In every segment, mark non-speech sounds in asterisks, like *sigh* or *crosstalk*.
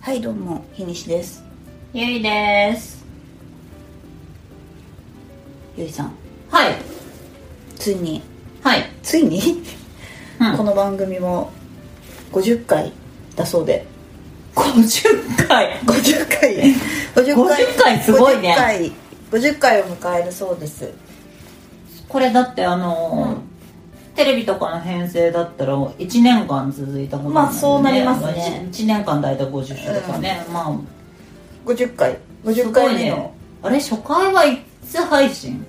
はいどうも日西ですゆいですゆいさんはいついにはい、ついにうん、この番組も50回だそうで50回50回50 50回すごい50ね回50回を迎えるそうですこれだってあのーうんテレビとかの編成だったら1年間続いたことまあそうなりますね 1, 年間大体50週だからね、まあ50回す50ご回い目ねのあれ初回はいつ配信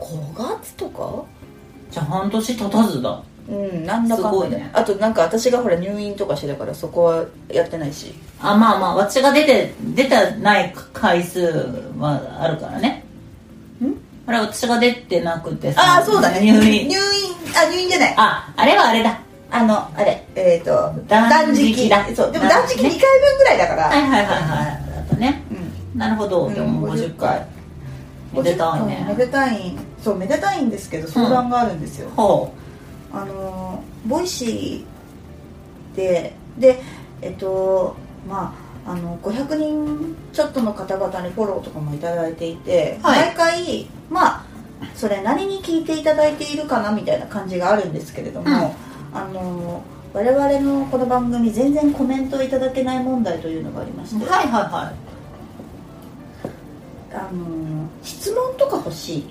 5月とかじゃあ半年経たずだうんなんだかんだすごいねあとなんか私がほら入院とかしてたからそこはやってないしあまあまあ私が出て出てない回数はあるからねんあれ私が出てなくてさああそうだね *laughs* 入入院院あ入院じゃないああれはあれだあのあれえっ、と断食だそうでも断食2断食ね回分ぐらいだからはいはいはいはいだったねうんなるほど、でもうん50回めでたい50回ねめでたいそうめでたいんですけど相談があるんですよ、ほあのーボイシーででえっとまああの500人ちょっとの方々にフォローとかもいただいていて、はい毎回まあそれ何に聞いていただいているかなみたいな感じがあるんですけれども、うんあのー我々のこの番組全然コメントをいただけない問題というのがありましうて、はいはいはあのー質問とか欲しいい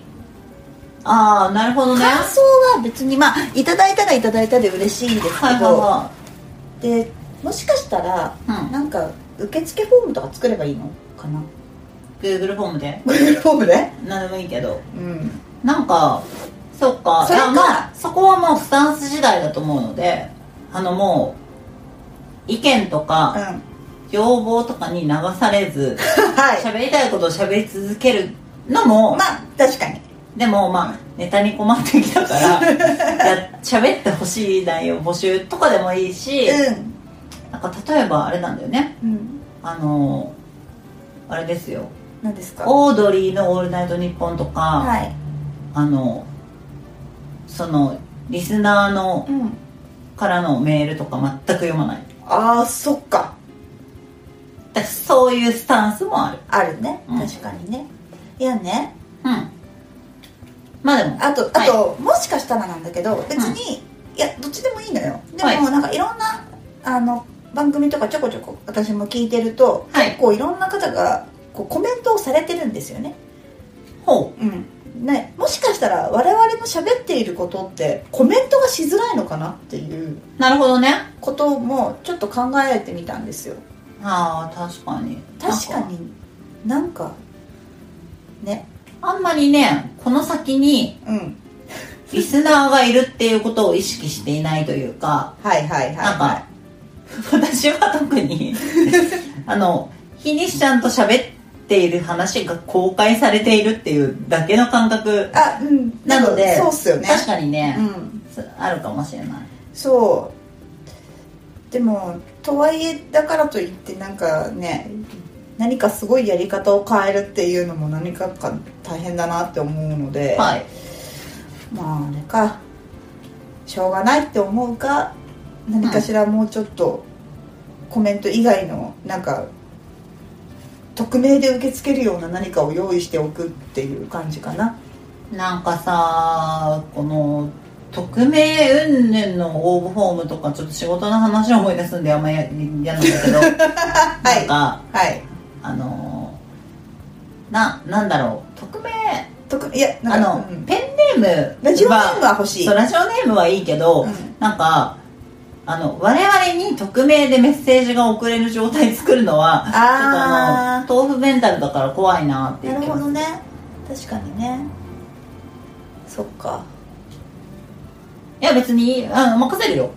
ああなるほどね感想は別にまあいただいたらいただいたで嬉しいんですけど、はいはいはでもしかしたら、うんなんか受付フォームとか作ればいいのかない Google フォームで Google フォームで何でもいいけどうんなんかそっかそれかいやまあそこはもうスタンス次第だと思うのであのもう意見とうかん要望とかに流されず *laughs* はい喋りたいことを喋り続けるのも、まあ確かにでもまあネタに困ってきたから *laughs* いや喋ってほしい内容募集とかでもいいし、なんか例えばあれなんだよねうん、うん、あのあれですよ何ですかオードリーの「オールナイトニッポン」とか、はいあのそのリスナーのうんからのメールとか全く読まないあーそっかだからそういうスタンスもあるあるねうん確かにね、いやねうんまあでもあとあと、もしかしたらなんだけど別に、いやどっちでもいいのよでも、はいなんかいろんなあの番組とかちょこちょこ私も聞いてると、はい結構いろんな方がこうコメントをされてるんですよねほうんね、もしかしたら我々の喋っていることってコメントがしづらいのかなっていううなるほどねこともちょっと考えてみたんですよああ確かに確かなんになんかねあんまりねこの先にうんリスナーがいるっていうことを意識していないというかはいはいなんか私は *laughs* 特にあの日にしちゃんと喋っている話が公開されているっていうだけの感覚あうんなのでそうっすよね確かにね、うんあるかもしれないそうでもとはいえだからといってなんかね何かすごいやり方を変えるっていうのも何かか大変だなって思うので、はいまああれかしょうがないって思うか何かしらもうちょっとコメント以外のなんか匿名で受け付けるような何かを用意しておくっていう感じかななんかさこの匿名云々の応募フォームとかちょっと仕事の話を思い出すんであんまや嫌な *laughs* んだけど、なんかはいあのーななんだろう匿名匿いやあなんかの、うんペンネームラジオネームは欲しいそうラジオネームはいいけど、うんなんかあの我々に匿名でメッセージが送れる状態作るのはちょっとあーあの豆腐メンタルだから怖いなっていうなる気がほすどね確かにねそっかいや別にあの任せるよ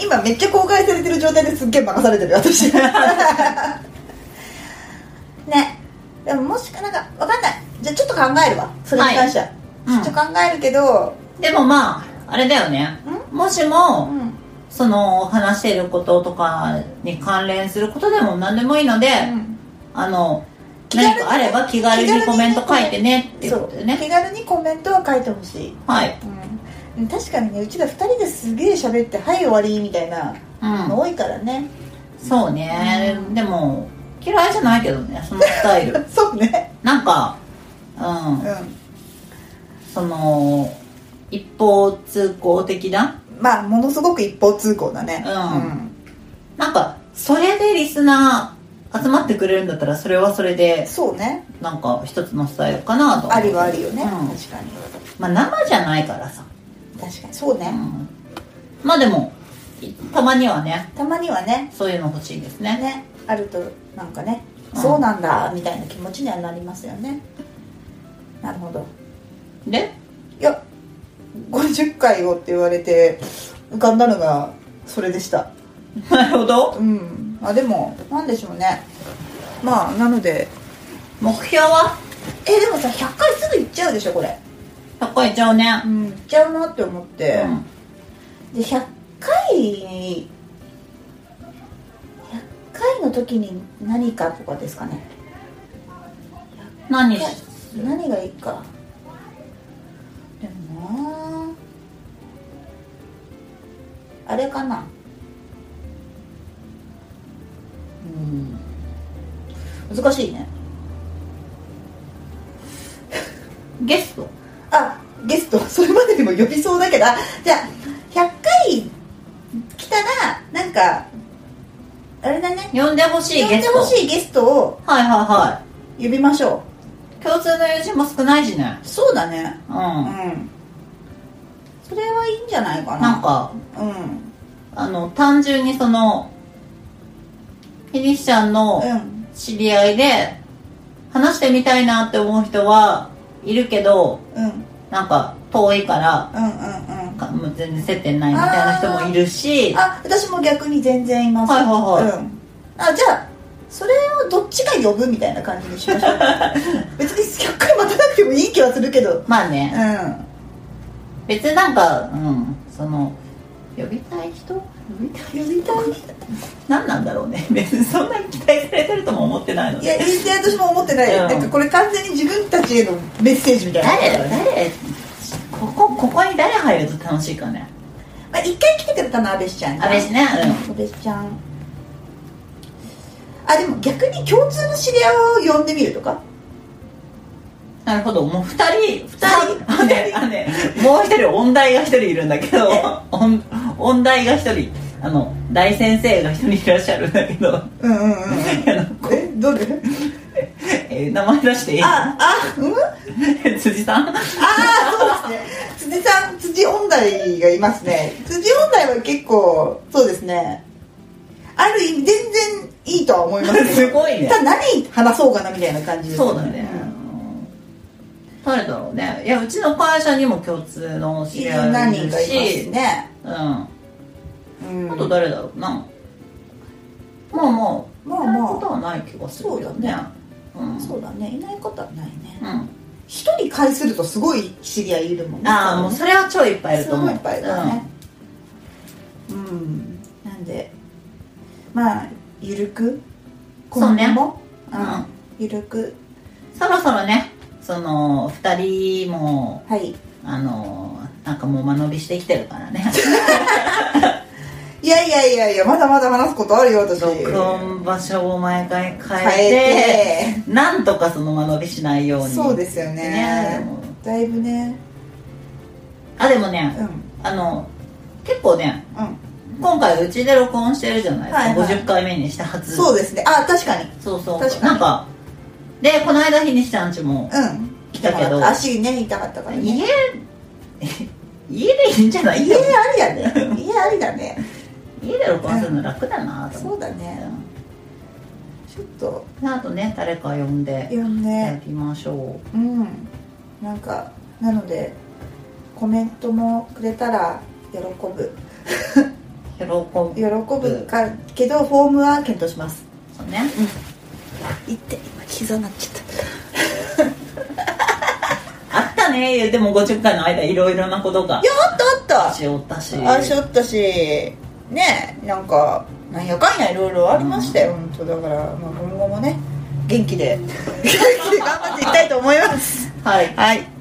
今めっちゃ公開されてる状態ですっげえ任されてる私 *laughs* ねでももしかなんかわかんないじゃあちょっと考えるわそれに関しては、うんちょっと考えるけどでもまああれだよねもしうも、んその話していることとかに関連することでも何でもいいので、あの気軽に何かあれば気軽にコメント書いてねっていうそこうとでね気軽にコメントは書いてほしい、はい、うん、確かにねうちら2人ですげえ喋って「はい終わり」みたいなうんの多いからね、 *laughs* そうね、うんでも嫌いじゃないけどねそのスタイ *laughs* ルそうねなんかううんんその一方通行的なまあものすごく一方通行だねうんなんかそれでリスナー集まってくれるんだったらそれはそれでそうねなんか一つのスタイルかなとありはありよね、うん確かにまあ生じゃないからさ、確かにそうね、うんまあでもいたまにはねたまにはねそういうの欲しいですねねあるとなんかね、うんそうなんだみたいな気持ちにはなりますよねなるほどでいや50回をって言われて浮かんだのがそれでした *laughs* なるほどうんあでもなんでしょうねまあなので目標はえでもさ100回すぐ行っちゃうでしょこれ100回いっちゃうねう、ん行っちゃうなって思って、うんで100回に100回の時に何かとかですかね何し何がいいかでもなああれかなうん難しいねゲストあゲスト *laughs* それまでにも呼びそうだけどあじゃあ100回来たらなんかあれだね呼んでほしい呼んゲでストほしいゲストをはいはいは呼びましょい共通の友人も少ないしねうそうだねうんうんそれはいいんじゃないかななんかうんあの単純にそのキリシャンのうん知り合いで話してみたいなって思う人はいるけどうんうんなんか遠いからうんうんかもう全然接点ないみたいな人もいるしあ私も逆に全然いますはいはいはうん、あじゃあそれをどっちが呼ぶみたいな感じにしま *laughs* しょう別に100回待たなくてもいい気はするけどまあうねん別になんかうんその呼びたい人呼びたい呼びたい何なんだろうね *laughs* 別にそんなに期待されてるとも思ってないのいでや全然私も思ってない、うんなんかこれ完全に自分たちへのメッセージみたいな誰だ誰ここここに誰入ると楽しいかねまあ、一回来てくれたのは安倍氏ちゃんが安倍氏ねうん安倍氏ちゃんあでも逆に共通の知り合いを呼んでみるとかなるほどもう2人2人人ねあねもう1人音大が1人いるんだけど音音大が1人あの大先生が1人いらっしゃるんだけどうんうんうんえどれえー名前出していいああうんあ *laughs* 辻さんあそうですね辻さん辻音大がいますね辻音大は結構そうですねある意味全然いいとは思いますすごいねただ何話そうかなみたいな感じですそうだね、誰だろうねいやうちの会社にも共通のう知んり合いが何い人かるいますし、ね、うん、あうんと誰だろうな、まあまあまあまあいないことはない気がするよそうだねうんそうだねいないことはないねうん一人介するとすごい知り合いいるもんねああもうそれは超いっぱいいるすと思ごういいっぱいだねうん、なんでまあゆるくそうね今後もうんうんゆるくうんそろそろねその2人もはいあのなんかもう間延びしてきて *laughs* るからねいやいやいやいやまだまだ話すことあるよ私録音場所を毎回変変えてえなんとかその間延びしないようてにそうですよねでねもだいぶねあでもうねんうんあの結構ね今回うちで録音してるじゃないですか、はいはい50回目にして初そうですねあ確かにそうそう確かになんかでこの間日にしちゃんちもうん来たけど足ね痛かったからね家 *laughs* 家でいいんじゃない家ありだ *laughs* ね家ありだね家で録音するの楽だなとそ思っうだて、ねちょっとうんあとね誰か呼んで呼んやでりましょうんなんかなのでコメントもくれたら喜ぶう喜ぶ喜ぶかけどフォームは検討しますそうねいって今膝なっちゃっあったねでも50回の間いろいろなことがいやあったあっしおったしたあしょったしねなんかなんやかんやいろいろありましたよ、本当だから、 *laughs* まあ、今後もね元気で元気で頑張っていきたいと思いますはいはい